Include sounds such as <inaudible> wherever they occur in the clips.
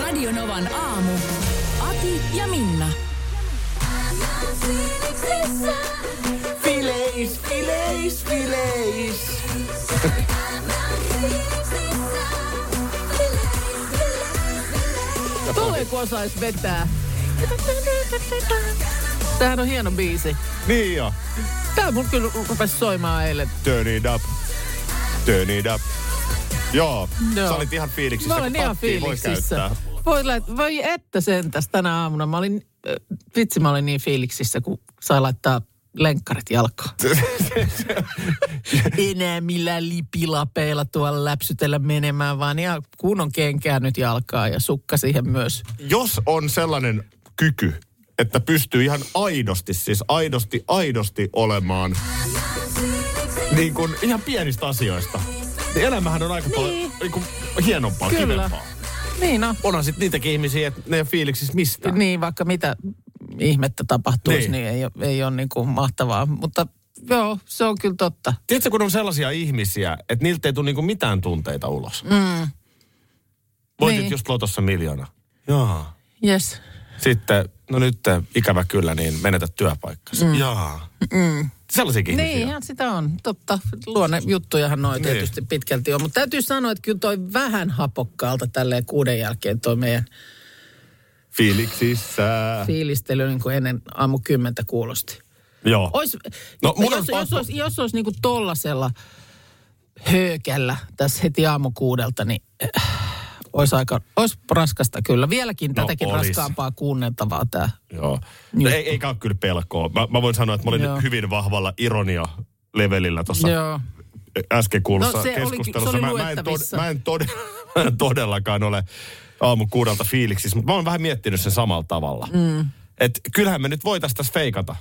Radionovan aamu. Ati ja Minna. Fileis, fileis, fileis. Tulee kun osais vetää. Tämähän on hieno biisi. Niin jo. Tää mun kyllä rupes soimaan eilen. Turn it up. Turn it up. Joo, Joo. sä olit ihan fiiliksissä, Mä olen kun ihan tattia voi fiiliksissä. käyttää. Voi, lait- voi että sentäs tänä aamuna. Mä olin, äh, vitsi mä olin niin fiiliksissä, kun sai laittaa lenkkarit jalkaan. <laughs> Enää millään lipilapeilla tuolla läpsytellä menemään, vaan ihan kunnon kenkää nyt jalkaa ja sukka siihen myös. Jos on sellainen kyky, että pystyy ihan aidosti, siis aidosti, aidosti olemaan niin kuin ihan pienistä asioista. Niin elämähän on aika paljon niin kuin, hienompaa, Kyllä. kivempaa. Niin no. Onhan sitten niitäkin ihmisiä, että ne ei ole fiiliksissä mistään. Niin, vaikka mitä ihmettä tapahtuisi, niin, Niin. niin ei, ole- ei ole niin kuin mahtavaa. Mutta joo, se on kyllä totta. Tiedätkö, kun on sellaisia ihmisiä, että niiltä ei tule niinku mitään tunteita ulos. Mm. Voitit Niin. niin. just lotossa miljoona. Jaa. Yes. Sitten, no nyt äh, ikävä kyllä, niin menetät työpaikkasi. Mm. Jaa. Mm. Sellaisiakin Niin, ihmisiä. ihan sitä on. Totta, luonne juttujahan noin Niin. tietysti pitkälti on. Mutta täytyy sanoa, että kyllä toi vähän hapokkaalta tälleen kuuden jälkeen toi meidän Fiiliksissä. fiilistely niin kuin ennen aamu kymmentä kuulosti. Joo. Ois, No, mun on jos, jos, pakko. olisi, jos olisi niin kuin tollasella höökällä tässä heti aamu kuudelta, niin äh, olisi aika, olisi raskasta kyllä. Vieläkin no, tätäkin olis. raskaampaa kuunneltavaa tämä. Joo. No, ei, eikä ole kyllä pelkoa. Mä, mä voin sanoa, että mä olin Niin. Joo. Joo. hyvin vahvalla ironia-levelillä tuossa Joo. äsken kuulussa No, no, se oli- keskustelussa. se oli mä, mä, en tod, luettavissa. mä, en tod, <laughs> mä en todellakaan ole aamu kuudelta fiiliksissä, mutta mä oon vähän miettinyt sen samalla tavalla. Mm. Et kyllähän me nyt voitais tässä feikata.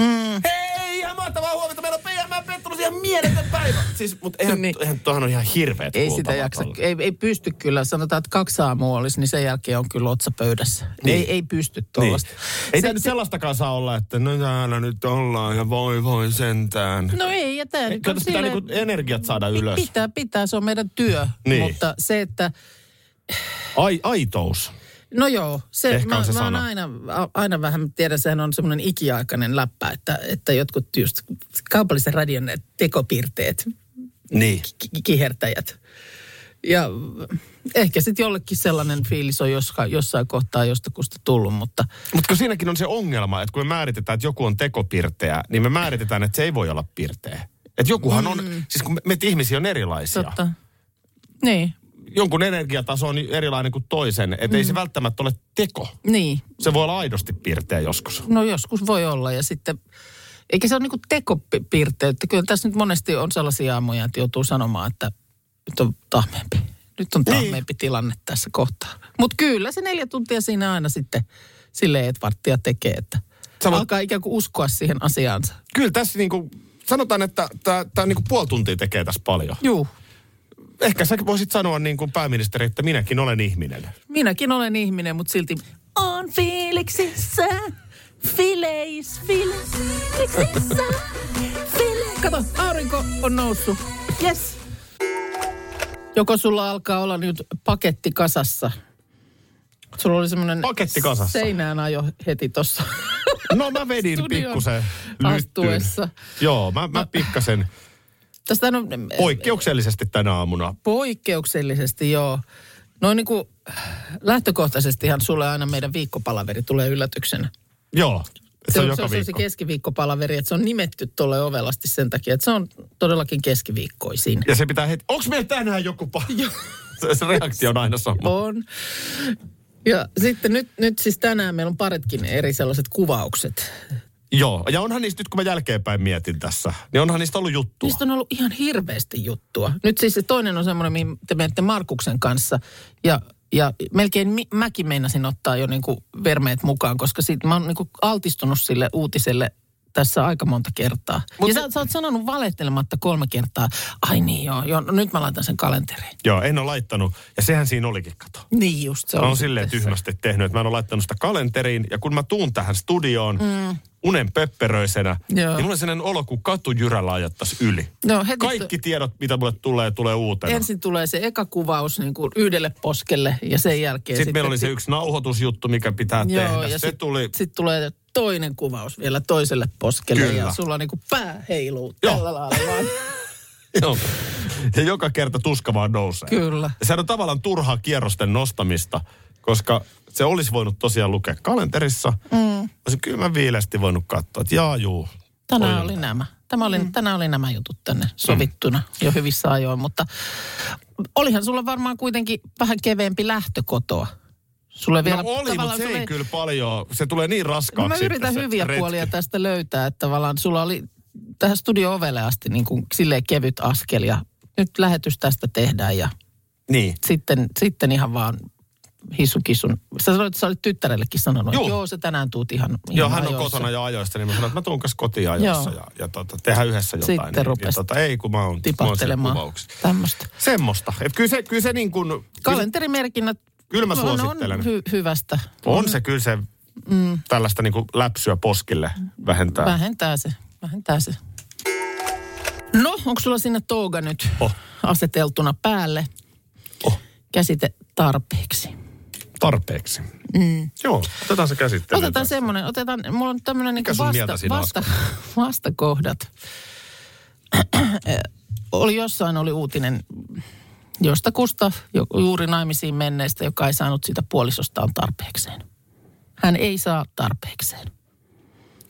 Mm. Hei, ihan mahtavaa huomenta. Meillä on PMM Petrus ihan mieletön päivä. Siis, mutta eihän, Niin. niin. eihän tuohan on ihan hirveet Niin. Ei sitä jaksa, ei, ei pysty kyllä. Sanotaan, että kaksi aamua olisi, niin sen jälkeen on kyllä otsapöydässä. Niin. Niin. Ei, ei pysty Niin. tuollaista. Ei se, tämä nyt sellaistakaan saa olla, että no täällä nyt ollaan ja voi voi sentään. No ei, ja tämä nyt Kyllä on tässä pitää silleen, niinku energiat saada ylös. pitää, pitää, se on meidän työ. Niin. Mutta se, että, Ai, aitous. no joo, se, Ehkä mä, on se mä oon sana. aina, a- aina vähän, tiedän, sehän on semmoinen ikiaikainen läppä, että, että jotkut just kaupallisen radion ne tekopiirteet, Niin. ki- ki- kihertäjät. Ja ehkä sitten jollekin sellainen fiilis on joska, jossain kohtaa jostakusta tullut, mutta Mutta kun siinäkin on se ongelma, että kun me määritetään, että joku on tekopirteä, niin me määritetään, että se ei voi olla pirteä. Että jokuhan on, siis kun me- meitä ihmisiä on erilaisia. Mm. totta. Niin, Jonkun energiataso on erilainen kuin toisen, että Mm. ei se välttämättä ole teko. niin. Se voi olla aidosti pirteä joskus. No joskus voi olla ja sitten, eikä se ole niinku tekopiirteyttä. Kyllä tässä nyt monesti on sellaisia aamuja, että joutuu sanomaan, että nyt on tahmeempi. Nyt on tahmeempi tilanne tässä kohtaa. Mutta kyllä se neljä tuntia siinä aina sitten silleen, että varttia tekee, että Sä voit- alkaa ikään kuin uskoa siihen asiaansa. Kyllä tässä niinku, sanotaan, että tämä niinku puoli tuntia tekee tässä paljon. Juu, Ehkä sä voisit sanoa niin kuin pääministeri, että minäkin olen ihminen. minäkin olen ihminen, mutta silti on fiiliksissä. Fileis, fiiliksissä. File. Kato, aurinko on noussut. Yes. Joko sulla alkaa olla nyt paketti kasassa? Sulla oli semmoinen Paketti kasassa. seinään ajo heti tuossa No mä vedin Studion pikkusen lyttyyn. astuessa. Joo, mä, mä pikkasen <laughs> Eh, Tästä on poikkeuksellisesti tänä aamuna poikkeuksellisesti, joo. No niin kuin lähtökohtaisestihan sulle aina meidän viikkopalaveri tulee yllätyksenä. Joo, se, se on joka se, on se viikko. keskiviikkopalaveri, että se on nimetty tuolle ovelasti sen takia, että se on todellakin keskiviikkoisin. Ja se pitää heti, onks meillä tänään joku pa- <laughs> se, se reaktio on aina sama. On. Ja sitten nyt, nyt siis tänään meillä on paritkin eri sellaiset kuvaukset. Joo, ja onhan niistä nyt kun mä jälkeenpäin mietin tässä, niin onhan niistä ollut juttua. Niistä on ollut siis ihan hirveästi juttua. Nyt siis se toinen on semmoinen, mihin te menette Markuksen kanssa ja Ja melkein mi- mäkin meinasin ottaa jo niin kuin vermeet mukaan, koska siitä mä oon niin kuin altistunut sille uutiselle tässä aika monta kertaa. Mut... Ja sä, sä oot sanonut valettelematta kolme kertaa, ai niin joo, joo no nyt mä laitan sen kalenteriin. Joo, en ole laittanut. Ja sehän siinä olikin, kato. Niin just se Mä on. oon silleen sitten se. tyhmästi tehnyt, että mä en ole laittanut sitä kalenteriin. Ja kun mä tuun tähän studioon mm. unen pöppöröisenä, Joo. niin mulla on sellainen olo, kun katujyrällä ajattaisi yli. No heti Kaikki tiedot, mitä mulle tulee, tulee uutena. ensin tulee se eka kuvaus niin kuin yhdelle poskelle ja sen jälkeen Sitten, meillä oli se yksi nauhoitusjuttu, mikä pitää Joo, tehdä. ja Se sitten tuli... sit tulee toinen kuvaus vielä toiselle poskelle Kyllä. ja sulla niinku pää heiluu Joo. tällä lailla <laughs> vaan. Joo. Ja joka kerta tuska vaan nousee. Kyllä. Ja sehän on tavallaan turhaa kierrosten nostamista, koska se olisi voinut tosiaan lukea kalenterissa. Mm. Olisin kyllä mä viileästi voinut katsoa, että jaa juu. Tänään oli nämä. Tämä oli, mm. Tänään oli nämä jutut tänne sovittuna jo hyvissä ajoin, mutta olihan sulla varmaan kuitenkin vähän keveempi lähtö kotoa. Sulle vielä no oli, mutta tavallaan se sulle- ei kyllä paljon. Se tulee niin No raskaaksi. mä yritän se hyviä retki. puolia tästä löytää, että tavallaan sulla oli tähän studio-ovelle asti niin kuin silleen kevyt askel ja nyt lähetys tästä tehdään ja Niin. sitten, sitten ihan vaan hisukisun. Sä sanoit, että sä olit tyttärellekin sanonut, Joo. että joo, sä tänään tuut ihan, ihan Joo, hän on ajoissa. kotona ja ajoista, niin mä sanoin, että mä tuun kanssa kotiin ajoissa Joo. ja, ja tota, tehdään yhdessä jotain. Sitten niin, ja rupesi tota, ei, kun mä oon, mä oon siellä Tipahtelemaan kuvauksessa. tämmöistä. Semmoista. Et kyllä se, kyllä se niin kuin... Kalenterimerkinnät Kyllä mä on, on suosittelen. hy- hyvästä. On se kyllä se mm. tällaista niin kuin läpsyä poskille vähentää. Vähentää se, vähentää se. No, onko sulla sinne tooga nyt Oh. aseteltuna päälle? Oh. Käsite tarpeeksi. Tarpeeksi. Mm. Joo, otetaan se käsittelyyn. Otetaan semmoinen, otetaan, mulla on tämmöinen niin Mikä sun mieltä vasta, siinä vasta, <laughs> vastakohdat. <clears throat> oli jossain oli uutinen jostakusta jo, juuri naimisiin menneestä, joka ei saanut sitä puolisostaan tarpeekseen. Hän ei saa tarpeekseen.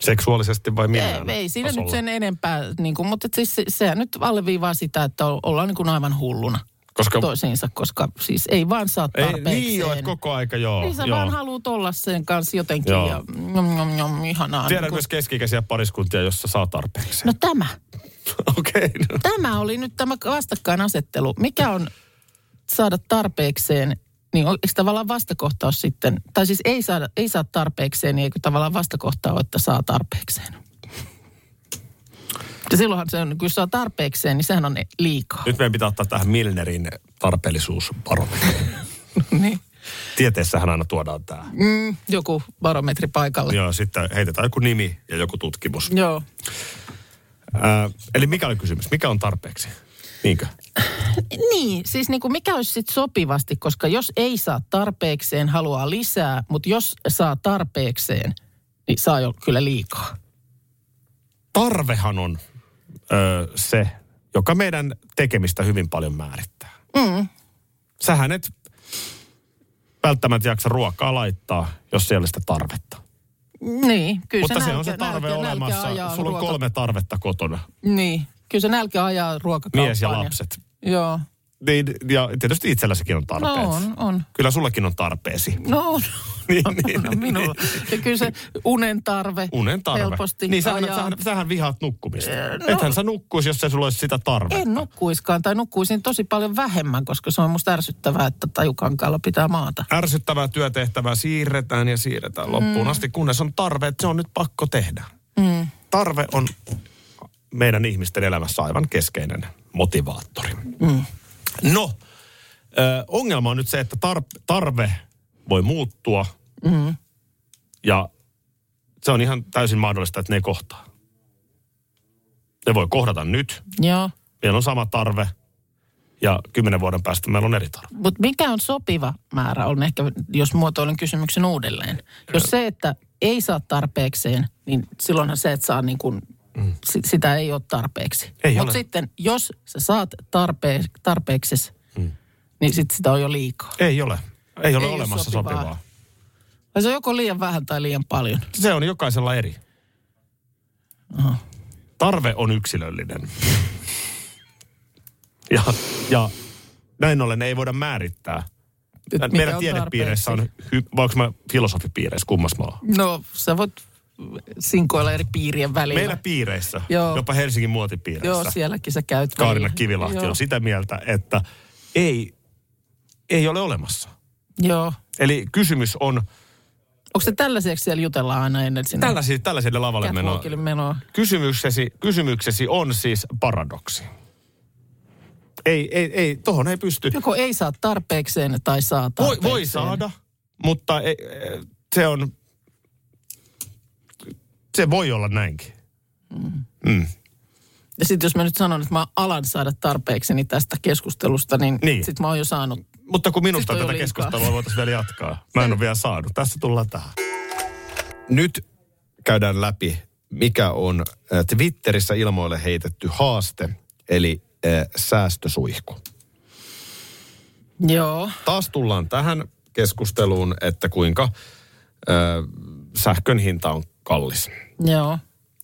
Seksuaalisesti vai millään Ei, ei siinä tasolla? nyt sen enempää, niin kuin, mutta et siis se, sehän nyt alleviivaa sitä, että o- ollaan niin kuin aivan hulluna Koska toisiinsa, koska siis ei vaan saa ei, tarpeekseen. niin joo, että koko aika joo. Niin sä joo. vaan haluut olla sen kanssa jotenkin Joo. ja mm, jom, jom, jom, ihanaa. Tiedän Niin myös keski-ikäisiä pariskuntia, jossa saa tarpeeksi. kun- No tämä, <laughs> Okei. no. tämä oli nyt tämä vastakkainasettelu. Mikä on saada tarpeekseen, niin on- eikö tavallaan vastakohtaus sitten, tai siis ei, saada, ei saa tarpeekseen, niin eikö tavallaan vastakohtaa ole, että saa tarpeekseen? Ja silloinhan se on, kun saa tarpeekseen, niin sehän on liikaa. Nyt meidän pitää ottaa tähän Milnerin tarpeellisuusbarometri. <laughs> niin. Tieteessähän aina tuodaan tämä. mm, joku barometri paikalle. Joo, sitten heitetään joku nimi ja joku tutkimus. Joo. Ää, eli mikä oli kysymys? Mikä on tarpeeksi? Niinkö? Niin, siis niin kuin mikä olisi sitten sopivasti, koska jos ei saa tarpeekseen, haluaa lisää, mutta jos saa tarpeekseen, niin saa jo kyllä liikaa. tarvehan on ö, se, joka meidän tekemistä hyvin paljon määrittää. Mm. Sähän et välttämättä jaksa ruokaa laittaa, jos siellä sitä tarvetta. Niin, kyllä Mutta se, se on se nälkä- tarve nälkä, olemassa. Nälkä ajaa Sulla on ruoka- kolme tarvetta kotona, Niin, kyllä se nälkä ajaa ruokakauppaan. mies ja lapset. Joo, Niin, ja tietysti itselläsikin on no tarpeet. on, on. Kyllä sullakin on tarpeesi. No on. <laughs> Niin, No <laughs> minulla. Ja kyllä se unen tarve, Unen tarve. helposti niin sähän, ajaa. sähän, sähän vihaat nukkumista. no- Ethän sä nukkuisi, jos ei sulla olisi sitä tarvetta. En nukkuiskaan tai nukkuisin tosi paljon vähemmän, koska se on musta ärsyttävää, että tajukankaalla pitää maata. ärsyttävää työtehtävää siirretään ja siirretään loppuun asti, kunnes on tarve, että se on nyt pakko tehdä. Mm. Tarve on meidän ihmisten elämässä aivan keskeinen motivaattori. Mm. No, ö, ongelma on nyt se, että tar- tarve voi muuttua mm. ja se on ihan täysin mahdollista, että ne ei kohtaa. Ne voi kohdata nyt, Joo. meillä on sama tarve ja kymmenen vuoden päästä meillä on eri tarve. Mutta mikä on sopiva määrä, on ehkä, jos muotoilen kysymyksen uudelleen. Jos se, että ei saa tarpeekseen, niin silloinhan se, että saa niin kuin, mm. sitä ei ole tarpeeksi. Ei ole. Mutta sitten, jos sä saat tarpe, tarpeeksi, mm. niin sitten sitä on jo liikaa. Ei ole. Ei ole Ei ole olemassa sopivaa. sopivaa. Tai se on joko liian vähän tai liian paljon. Se on jokaisella eri. Aha. Tarve on yksilöllinen. Ja, ja näin ollen ei voida määrittää. Et mikä Meidän on tiedepiireissä on, hy, vai onko mä filosofipiireissä, kummas mä oon? tarpeeksi? No, sä voit sinkoilla eri piirien välillä. Meillä piireissä, Joo. Joo. jopa Helsingin muotipiireissä. Joo, sielläkin sä käyt. Kaarina välillä. Kivilahti Joo. on sitä mieltä, että ei, ei ole olemassa. Joo. Eli kysymys on Onko se tällaiseksi siellä jutellaan aina ennen sinne? tällaisille, tällaiselle lavalle menoa. Catwalkille menoa. Kysymyksesi, kysymyksesi on siis paradoksi. Ei, ei, ei, tohon ei pysty. Joko ei saa tarpeekseen tai saa Voi, tarpeekseen. voi saada, mutta ei, eh, se on, se voi olla näinkin. Ja sitten jos mä nyt sanon, että mä alan saada tarpeekseni tästä keskustelusta, niin, Niin. niin. sit mä oon jo saanut. Mutta kun minusta Sitten tätä oli liikaa. keskustelua voitaisiin vielä jatkaa. Mä en ole vielä saanut. Tässä tullaan tähän. Nyt käydään läpi, mikä on äh, Twitterissä ilmoille heitetty haaste, eli äh, säästösuihku. Joo. Taas tullaan tähän keskusteluun, että kuinka äh, sähkön hinta on kallis. Joo.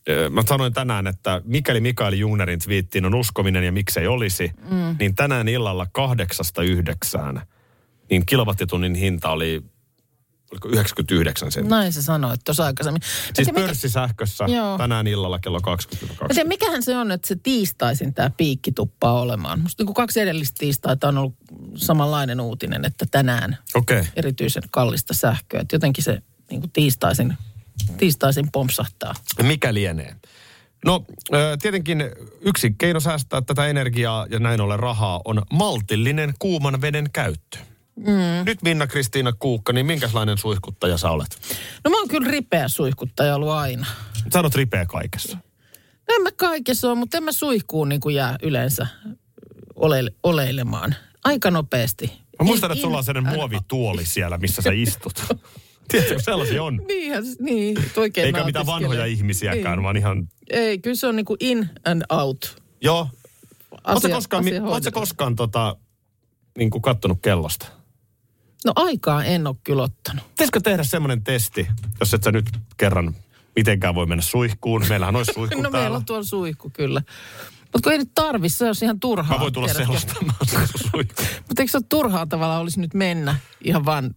Ö, mä sanoin tänään, että mikäli Mikael Jungnerin twiittiin on uskominen ja miksei olisi, mm. niin tänään illalla kahdeksasta yhdeksään, niin kilowattitunnin hinta oli, oliko 99 senttiä. Näin se sanoi tuossa aikaisemmin. Mä Siis tiedän, No, mikä- pörssisähkössä Joo. tänään illalla kello 20. Mä tiedän, mikähän se on, että se tiistaisin tämä piikki tuppaa olemaan. Musta niin kaksi edellistä tiistaita on ollut samanlainen uutinen, että tänään Okei. Okay. erityisen kallista sähköä. Et jotenkin se niin kuin tiistaisin, tiistaisin pompsahtaa. Mikä lienee? No ö, tietenkin yksi keino säästää tätä energiaa ja näin ollen rahaa on maltillinen kuuman veden käyttö. Mm. Nyt Minna-Kristiina Kuukka, niin minkälainen suihkuttaja sä olet? No mä oon kyllä ripeä suihkuttaja ollut aina. Sä olet ripeä kaikessa. No En mä kaikessa ole, mutta en mä suihkuun niin kuin jää yleensä oleile, oleilemaan. Aika nopeasti. Mä muistan, In- että sulla on in- sellainen muovituoli siellä, missä sä <laughs> istut. Tiedätkö, kun sellaisia on? Niinhän, se- niin. että oikein Eikä mitään nautiskelee. vanhoja ihmisiäkään, vaan ihan... Ei, kyllä se on niin kuin in and out. Joo. Oletko Asia- koskaan, asia mi- ootko sä hoidetaan. koskaan tota, niin kuin kattonut kellosta? No aikaa en ole kyllä ottanut. Pitäisikö tehdä semmoinen testi, jos et sä nyt kerran mitenkään voi mennä suihkuun? <laughs> Meillähän olisi suihku no meillä täällä. on tuolla suihku kyllä. Mutta kun ei nyt tarvi, se olisi ihan turhaa. Mä voin tulla tiedätkö. selostamaan sun suihku. <laughs> Mutta eikö se ole turhaa tavallaan olisi nyt mennä ihan vaan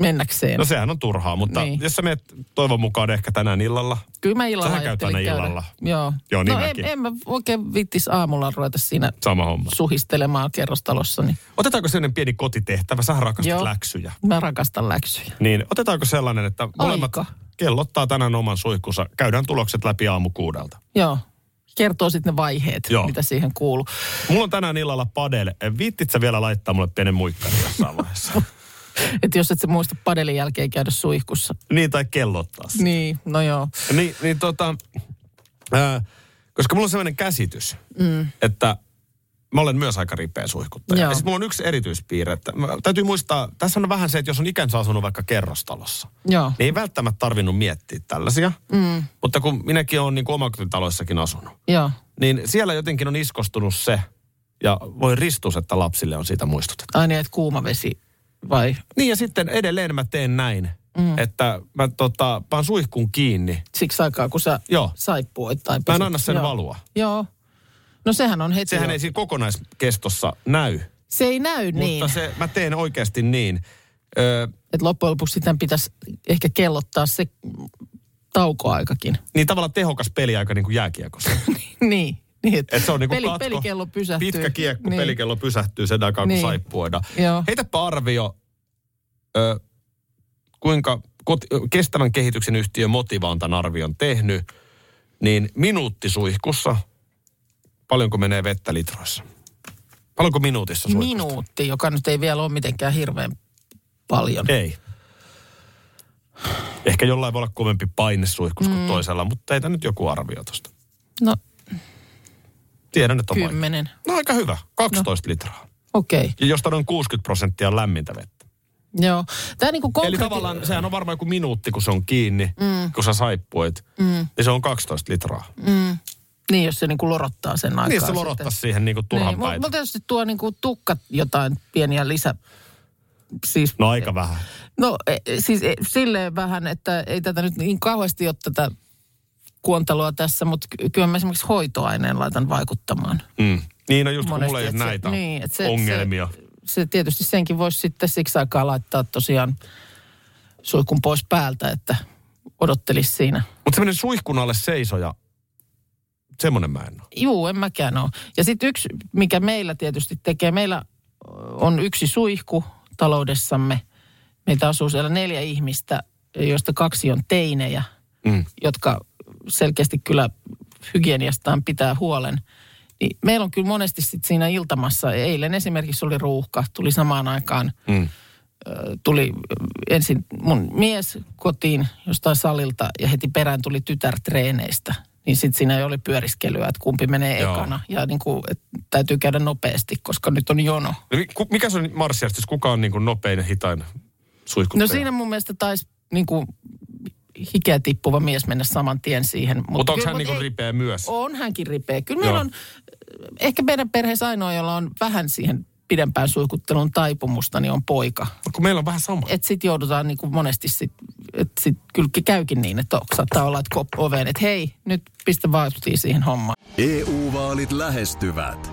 mennäkseen? No No, sehän on turhaa, mutta Niin. jos sä menet toivon mukaan ehkä tänään illalla. kyllä mä illalla sähän käyt ajattelin aina käydä. illalla. Joo. Joo, niin no en, mäkin. en mä oikein vittis aamulla ruveta siinä Sama homma. suhistelemaan kerrostalossa, niin Otetaanko sellainen pieni kotitehtävä? Sähän rakastat Joo. läksyjä. mä rakastan läksyjä. Niin, otetaanko sellainen, että molemmat Aika. kellottaa tänään oman suihkunsa. Käydään tulokset läpi aamukuudelta. Joo. Kertoo sitten ne vaiheet, Joo. Joo. mitä siihen kuuluu. Mulla on tänään illalla padel. Viittit sä vielä laittaa mulle pienen muikkarin <laughs> jossain vaiheessa? Että jos et sä muista padelin jälkeen käydä suihkussa. niin, tai kellottaa se. Niin, no joo. Niin, niin tota, ää, koska mulla on sellainen käsitys, mm. että mä olen myös aika ripeä suihkuttaja. Joo. Ja sit mulla on yksi erityispiirre, että mä, täytyy muistaa, tässä on vähän se, että jos on ikänsä asunut vaikka kerrostalossa, Joo. niin ei välttämättä tarvinnut miettiä tällaisia. Mm. Mutta kun minäkin olen niin omakotitaloissakin asunut, Joo. niin siellä jotenkin on iskostunut se, ja voi ristus, että lapsille on siitä muistutettu. Ai niin, että kuuma vesi vai? Niin ja sitten edelleen mä teen näin, mm. että mä tota, paan suihkun kiinni. Siksi aikaa, kun sä Joo. saippuit tai Mä pesit. en anna sen Joo. valua. Joo. No sehän on heti. Sehän jo. ei siinä kokonaiskestossa näy, Se ei näy niin. niin, mutta se, mä teen oikeasti niin. Öö, että loppujen lopuksi sitä pitäisi ehkä kellottaa se taukoaikakin. <laughs> niin tavallaan tehokas peliaika niin kuin jääkiekossa. niin. niin Et se on niin kuin peli, katko, pelikello pysähtyy. <laughs> Pitkä kiekko, niin. niin. pelikello pysähtyy sen aikaa, kun niin. Niin. saippuoida. Joo. Heitäpä arvio, ö, kuinka kot, ö, kestävän kehityksen yhtiö Motiva on tämän arvion tehnyt, niin minuuttisuihkussa, paljonko menee vettä litroissa? Paljonko minuutissa suihkusta? Minuutti, joka nyt ei vielä ole mitenkään hirveän paljon. Ei. Ehkä jollain voi olla kovempi paine suihkussa kuin toisella, mutta ei tämä nyt joku arvio tuosta. No, Tiedän, että on vaikea. kymmenen. No aika hyvä, 12 no. litraa. Okei, okay. Ja josta noin 60 prosenttia on lämmintä vettä. joo. Tämä niinku konkreti- Eli tavallaan sehän on varmaan joku minuutti, kun se on kiinni, mm. kun sä saippuit. Mm. Niin se on 12 litraa. No, Mm. Niin, jos se niinku lorottaa sen aikaa. Niin se sitten. lorottaisi siihen niinku turhan Niin, niin, mu- päin. mulla tietysti tuo niinku tukka jotain pieniä lisä... Siis, No aika vähän. no e- siis e- silleen vähän, että ei tätä nyt niin kauheasti ole tätä kuontelua tässä, mutta ky- kyllä mä esimerkiksi hoitoaineen laitan vaikuttamaan. Mm. Niin no just kun monesti, mulla ei ole että se- näitä niin, että se- ongelmia. Se, se tietysti senkin voisi sitten siksi aikaa laittaa tosiaan suihkun pois päältä, että odottelisi siinä. Mutta semmoinen suihkun alle seisoja, semmoinen mä en ole. Juu, en mäkään ole. Ja sitten yksi, mikä meillä tietysti tekee, meillä on yksi suihku taloudessamme Meitä asuu siellä neljä ihmistä, joista kaksi on teinejä, mm. jotka selkeästi kyllä hygieniastaan pitää huolen. Niin meillä on kyllä monesti sit siinä iltamassa, eilen esimerkiksi oli ruuhka, tuli samaan aikaan, mm. ö, tuli ensin mun mies kotiin jostain salilta ja heti perään tuli tytär treeneistä. Niin sitten siinä ei ole pyöriskelyä, että kumpi menee Joo. ekana ja niin kuin, täytyy käydä nopeasti, koska nyt on jono. No, mi- ku- mikä se on marssijärjestys? Kuka on niin kuin nopein ja hitain No suihkuttaja? siinä mun mielestä taisi niin kuin, hikeä tippuva mies mennä saman tien siihen. Mutta Mutta onko hän niin kuin ripeä myös? On hänkin ripeä. Kyllä meillä Joo. on eh, ehkä meidän perheessä ainoa, jolla on vähän siihen pidempään suihkuttelun taipumusta, niin on poika. Kun meillä on vähän sama. Että sit joudutaan niin kuin monesti sit, että sit kyllä käykin niin, että saattaa olla, että kop oveen, että hei, nyt pistä vaatii siihen hommaan. EU-vaalit E lähestyvät.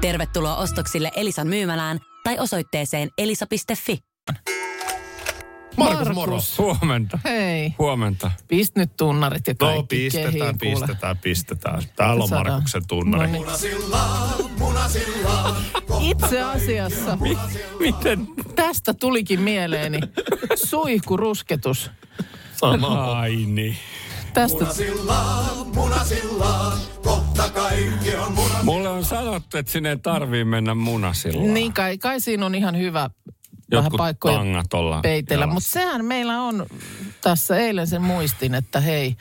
Tervetuloa ostoksille Elisan myymälään tai osoitteeseen elisa.fi. Markus, moro. Huomenta. Hei, Huomenta. pist nyt tunnarit ja kaikki No pistetään, kehiin, kuule. pistetään, pistetään. Täällä on Saadaan. Markuksen tunnari. No niin. Itse asiassa Miten? tästä tulikin mieleeni suihkurusketus. No Ai niin. Tästä Mulle on sanottu, että sinne ei tarvii mennä munasilla. Niin kai, kai siinä on ihan hyvä vähän Jotkut paikkoja tangat olla peitellä. jalassa. Mutta sehän meillä on tässä eilen sen muistin, että hei,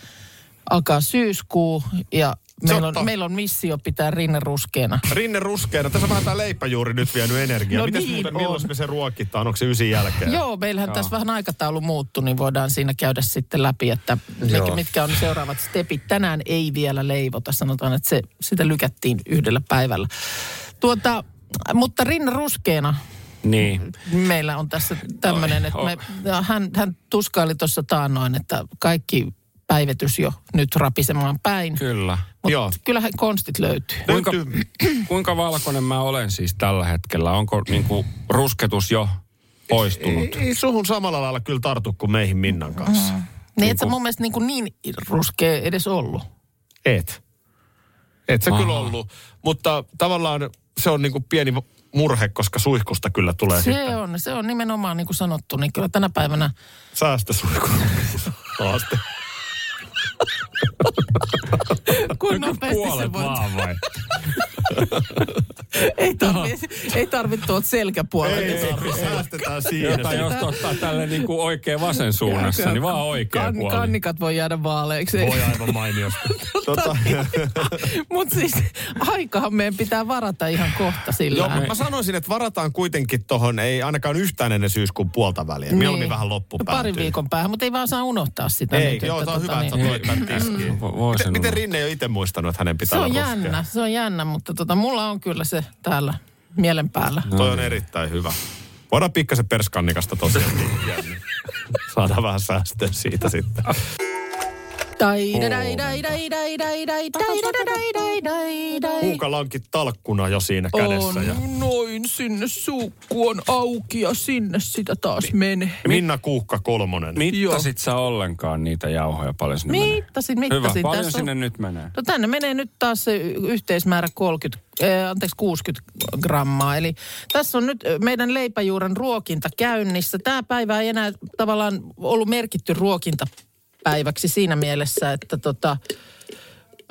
alkaa syyskuu ja meillä on, totta. meillä on missio pitää rinne ruskeana. Rinne ruskeana. Tässä on vähän tää leipäjuuri nyt vienyt energiaa. No Mites niin muuten, on. milloin me se ruokitaan? Onko se ysin jälkeen? Joo, meillähän tässä vähän aikataulu muuttui, niin voidaan siinä käydä sitten läpi, että mitkä, mitkä on seuraavat stepit. Tänään ei vielä leivota, sanotaan, että se, sitä lykättiin yhdellä päivällä. Tuota, mutta rinne ruskeana, Niin. meillä on tässä tämmöinen, että me, ja hän, hän tuskaili tuossa taannoin, että kaikki päivetys jo nyt rapisemaan päin. Kyllä. Joo. Mutta kyllähän konstit löytyy. Kuinka, <clears throat> kuinka valkoinen mä olen siis tällä hetkellä? Onko niinku rusketus jo poistunut? Ei, ei suhun samalla lailla kyllä tartu kuin meihin Minnan kanssa. Niin et sä mun mielestä niin, kuin niin ruskea edes ollut. Et. Et se Aha. kyllä ollut. Mutta tavallaan se on niinku pieni murhe, koska suihkusta kyllä tulee se... Se sitten on, se on nimenomaan niin kuin sanottu, niin kyllä tänä päivänä säästösuihku. <laughs> Haaste. kuin nopeasti se Puolet voi. <laughs> vaan vai? Ei tarvitse ei tarvi tuolta selkäpuolelle. Ei tarvi, säästetään siinä. Jota jos ottaa tälle niinku oikein vasen suunnassa, niin vaan oikea Kann- puoli. kannikat voi jäädä vaaleiksi. Voi <laughs> aivan mainiosti. Tota, Mutta siis aikahan meidän pitää varata ihan kohta sillä. <laughs> joo, mutta mä sanoisin, että varataan kuitenkin tohon, ei ainakaan yhtään ennen syyskuun puolta väliä. Niin. Mieluummin vähän No loppupäätyy. Parin viikon päähän, mutta ei vaan saa unohtaa sitä. Ei, nyt, joo, että se on tota hyvä, että sä niin. toit tämän tiskiin. Vo- voi Miten, sen miten olla. Rinne ei ole itse muistanut, että hänen Se pitää on olla ruskea? jännä, se on jännä, mutta tota, mulla on kyllä se täällä mielen päällä. No Toi on niin. erittäin hyvä. Voidaan pikkasen perskannikasta tosiaan tinkiä, <laughs> niin Saadaan vähän säästöä siitä sitten. Tai dai dai dai dai dai dai dai dai dai dai dai dai dai. Kuukalla onkin talkkuna jo siinä kädessä. Ja On noin, sinne suukku on auki ja sinne sitä taas menee. Minna Kuukka kolmonen. Mittasit sä ollenkaan niitä jauhoja paljon sinne menee? Niin, Mittasin, Hyvä, mittasin. paljon Tässä on- sinne nyt menee? No tänne menee nyt taas se y- yhteismäärä 30, eh, anteeksi 60 grammaa. Eli tässä on nyt ö, meidän leipäjuuren ruokinta käynnissä. Tämä päivä ei enää tavallaan ollut merkitty ruokintapäiväksi siinä mielessä, että tota,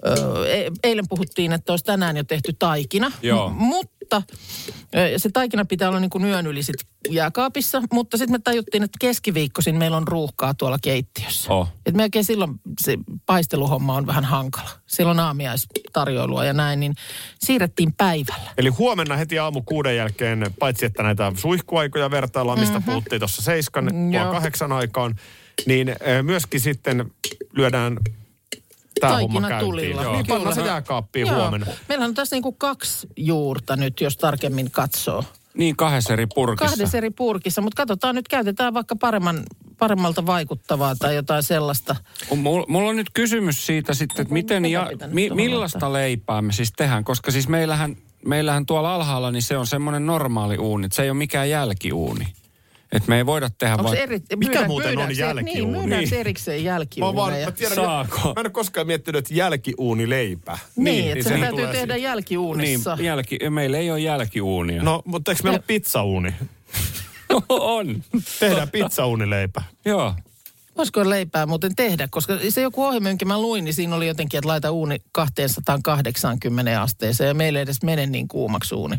ö, e- eilen puhuttiin, että olisi tänään jo tehty taikina. Joo. M- mutta totta. Ö, ja Se taikina pitää olla niin kuin yön yli sit jääkaapissa, mutta sitten me tajuttiin, että keskiviikkoisin meillä on ruuhkaa tuolla keittiössä. Oh. Et melkein silloin se paisteluhomma on vähän hankala. Silloin aamiaistarjoilua ja näin, niin siirrettiin päivällä. Eli huomenna heti aamu kuuden jälkeen, paitsi että näitä suihkuaikoja vertaillaan, mistä mm-hmm. puhuttiin tuossa seiskan ja Mhm. Joo. kahdeksan aikaan, niin eh, myöskin sitten lyödään tämä Taikina homma käyntiin. tulilla. Joo. Niin, Pannaan se kyllähän- jääkaappiin huomenna. Meillä on tässä niin kuin kaksi juurta nyt, jos tarkemmin katsoo. Niin kahdessa eri purkissa. Kahdessa eri purkissa, mutta katsotaan nyt, käytetään vaikka paremman, paremmalta vaikuttavaa tai jotain sellaista. Mulla, mulla on nyt kysymys siitä sitten, että miten Mitä ja pitänyt mi, tuohon millaista leipää me siis tehdään, koska siis meillähän, meillähän tuolla alhaalla niin se on semmoinen normaali uuni, että se ei ole mikään jälkiuuni. Että me ei voida tehdä Onko vaan... se eri, muuten on myydäänkö se- jälkiuuni? Niin, myydään Niin. se erikseen Mä, oon vaan, jälkiuuneja. mä, tiedän, Saako? mä en ole koskaan miettinyt, että jälkiuunileipä. Niin, että se sehän täytyy tulee tehdä siitä. Niin, jälkiuunissa. jälki, meillä ei ole jälkiuunia. No, mutta eikö meillä ole pizzauuni? <laughs> on. Tehdään pizzaunileipä. Joo. Voisiko leipää muuten tehdä, koska se joku ohjelma, jonka mä luin, niin siinä oli jotenkin, että laita uuni 280 asteeseen ja meillä ei edes mene niin kuumaksi uuni.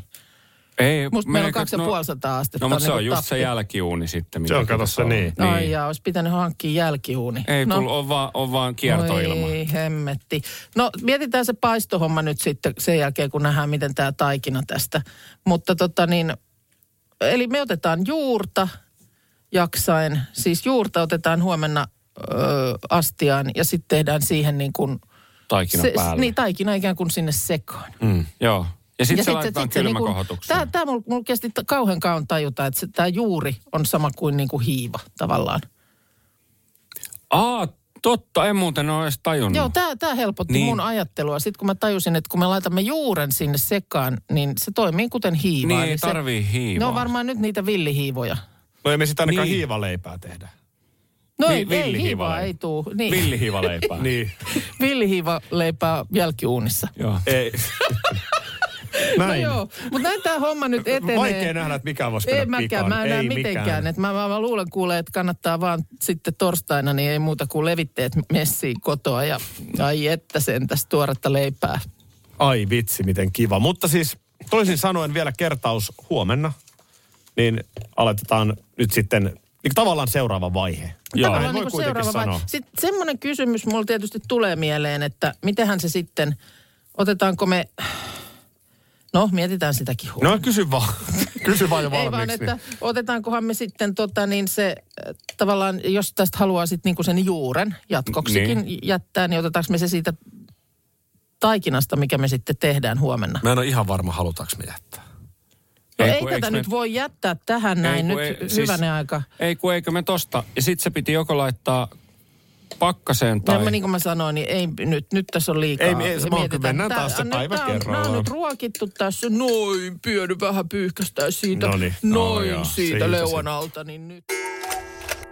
Ei, Musta meillä on meneekö- 250 astetta. No, mutta se on niinku just se tappi. jälkiuuni Se sitten. mitä on, kato se tässä niin. on. Ai jaa, olisi pitänyt hankkia jälkiuuni. Ei, no, no. kun on vaan, on vaan kiertoilma. Oi hemmetti. No mietitään se paistohomma nyt sitten sen jälkeen, kun nähdään, miten tämä taikina tästä. Mutta tota niin, eli me otetaan juurta jaksain. Siis juurta otetaan huomenna ö, astiaan ja sitten tehdään siihen niin kuin... Taikina se, päälle. niin, taikina ikään kuin sinne sekaan. Mm. Joo. Ja sitten se sit- laitetaan sit se niinku- kylmäkohotukseen. Tää, tää mulla mul kesti t- kauhean kauan tajuta, että tämä juuri on sama kuin niinku hiiva tavallaan. Aa, totta, en muuten ole edes tajunnut. Joo, tämä, tämä helpotti Mm. Niin. mun ajattelua. Sitten kun mä tajusin, että kun me laitamme juuren sinne sekaan, niin se toimii kuten hiiva. Niin, Eli ei se- No, tarvii hiivaa. Ne on varmaan nyt niitä villihiivoja. No ei me sitä ainakaan Niin. hiivaleipää tehdä. No Vi- ei, ei villihiiva hiivaa vai? ei tuu. Niin. <laughs> Villihivaleipää. Niin. Villihiiva leipää jälkiuunissa. Joo. <laughs> Ei. Näin. No joo, mutta näin tämä homma nyt etenee. Vaikea nähdä, että mikä voisi Ei mennä mäkään, pikaan. mä en näe Ei mitenkään. Et mä, mä, mä luulen kuulee, että kannattaa vaan sitten torstaina, niin ei muuta kuin levitteet messiin kotoa ja ai että sentäs tuoretta leipää. Ai vitsi, miten kiva. Mutta siis toisin sanoen vielä kertaus huomenna, niin aletetaan nyt sitten niin tavallaan seuraava vaihe. Joo. Näin Tavallaan voi niinku kuitenkin seuraava sanoa. vai- Sitten semmoinen kysymys mulla tietysti tulee mieleen, että mitenhän se sitten, otetaanko me, no mietitään sitäkin huomioon. No <laughs> kysy vaan. Kysy vaan jo Ei vaan, valmiiksi. että niin. otetaankohan me sitten tota, niin se äh, tavallaan, jos tästä haluaa sitten niinku sen juuren jatkoksikin niin. jättää, niin otetaanko me se siitä taikinasta, mikä me sitten tehdään huomenna. No, Mä en ole ihan varma, halutaanko me jättää. No, ei, kun tätä eiks me- nyt voi jättää tähän näin, kun nyt ei, hyvänä siis, aika. Ei kun eikö me tosta. Ja sit se piti joko laittaa pakkaseen Tai... tai... Mä, niin kuin mä sanoin, niin ei nyt, nyt tässä on liikaa. Ei, ei, se vaan, kun mennään Tää- taas se nyt päivä tää on- kerrallaan. Nää on nyt ruokittu tässä, noin, pieni vähän pyyhkästää siitä, Noniin. No noin joo, siitä siitä leuan sitten. alta, niin nyt.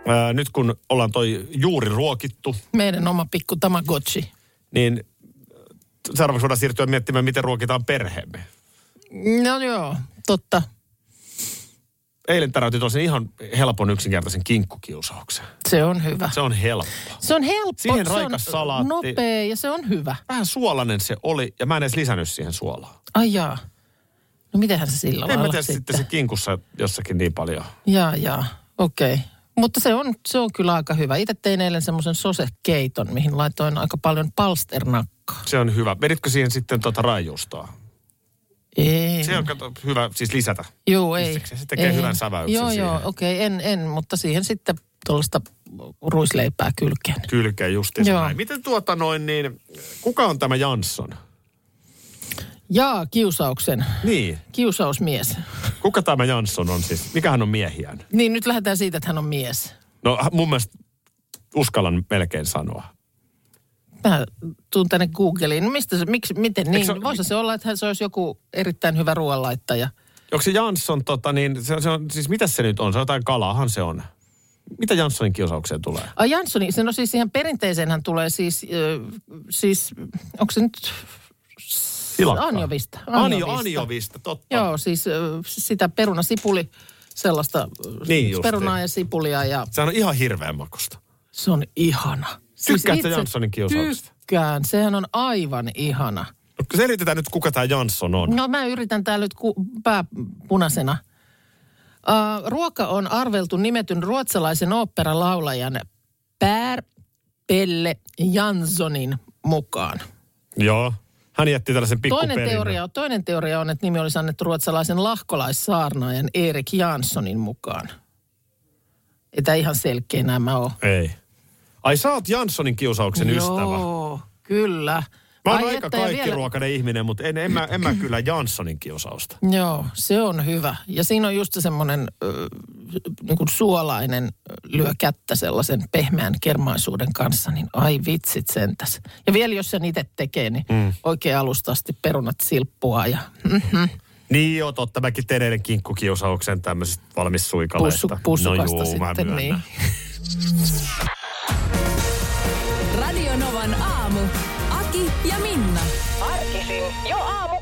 Ää, nyt kun ollaan toi juuri ruokittu, Meidän oma pikku Tamagotchi. niin seuraavaksi voidaan siirtyä miettimään, miten ruokitaan perheemme. No joo, totta. Eilen täräytin tosin ihan helpon yksinkertaisen kinkkukiusauksen. Se on hyvä. Se on helppo. Se on helppo. Siihen se on raikas salaatti. nopea ja se on hyvä. Vähän suolainen se oli ja mä en edes lisännyt siihen suolaa. Ai jaa. No mitenhän se sillä En mä lailla tiedä sitten se kinkussa jossakin niin paljon. Jaa, jaa. Okei. Okay. Mutta se on, se on kyllä aika hyvä. Itse tein eilen semmoisen sosekeiton, mihin laitoin aika paljon palsternakkaa. Se on hyvä. Veditkö siihen sitten tuota raijustoa? Ei. Se on kato, hyvä siis lisätä. Joo, ei. Mistä se- se tekee ei. hyvän säväyksen Joo, siihen. joo, okei, okay, en, en, mutta siihen sitten tuollaista ruisleipää kylkeen. Kylkeen justiin Joo. näin. Miten tuota noin niin, kuka on tämä Jansson? Jaa, kiusauksen. Niin. Kiusausmies. Kuka tämä Jansson on siis? Mikä hän on miehiään? Niin, nyt lähdetään siitä, että hän on mies. No h- mun mielestä uskallan melkein sanoa. Mä tuun tänne Googeliin. No mistä se, miksi, miten niin? se ole- Se, Voisi se olla, että hän- se olisi joku erittäin hyvä ruoanlaittaja. Onko se Jansson tota niin, se, se on, siis mitä se nyt on? Se on jotain kalaahan se on. Mitä Janssonin kiusaukseen tulee? Ai Janssoni, se no siis siihen perinteiseenhän tulee siis, ö, siis onko se nyt Silakkaa. Anjovista. Anjo, anjovista, totta. Joo, siis ö, sitä perunasipuli, sellaista ö, Niin justiin. perunaa ja sipulia ja Sehän on ihan hirveän makusta. se on ihana. Siis Tykkäätkö Janssonin kiusauksesta? Tykkään, sehän on aivan ihana. No, Selitetään nyt, kuka tämä Jansson on. No mä yritän täällä nyt ku- pää punaisena. Ö, ruoka on arveltu nimetyn ruotsalaisen oopperalaulajan Pär Pelle Janssonin mukaan. Joo. Hän jätti tällaisen Toinen pikkuperinnön. teoria, toinen teoria on, että nimi olisi annettu ruotsalaisen lahkolaissaarnaajan Erik Janssonin mukaan. Ei tämä ihan selkeä nämä ole. Ei. Ai sä oot Janssonin kiusauksen ystävä. Joo, kyllä. Mä oon Ai aika että, ja vielä- kaikkiruokainen ihminen, mutta en, en, mä, en mä kyllä Janssonin kiusausta. Joo, se on hyvä. Ja siinä on just semmoinen niin kuin suolainen ö, lyö kättä sellaisen pehmeän kermaisuuden kanssa, niin ai vitsit sentäs. Ja vielä jos sen itse tekee, niin mm. oikein alusta asti perunat silppua ja mhm, Niin joo, totta. Mäkin teen eilen kinkkukiusauksen tämmöisistä valmis pussu, suikaleista. pussukasta no juu, mä sitten. myönnän. Niin. Radio Novan aamu. Aki ja Minna. Arkisin jo aamu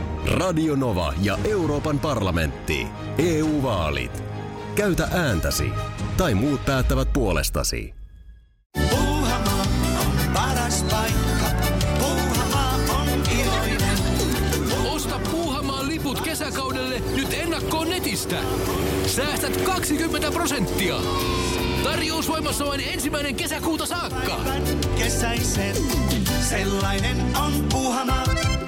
Radio Nova ja Euroopan parlamentti. EU-vaalit. Käytä ääntäsi. Tai muut päättävät puolestasi. Puuhamaa on paras paikka. Puuhamaa on iloinen. Osta Puuhamaan liput kesäkaudelle nyt ennakkoon netistä. Säästät 20 prosenttia. Tarjous voimassa vain ensimmäinen kesäkuuta saakka. Kesäisen, sellainen on Puuhamaa.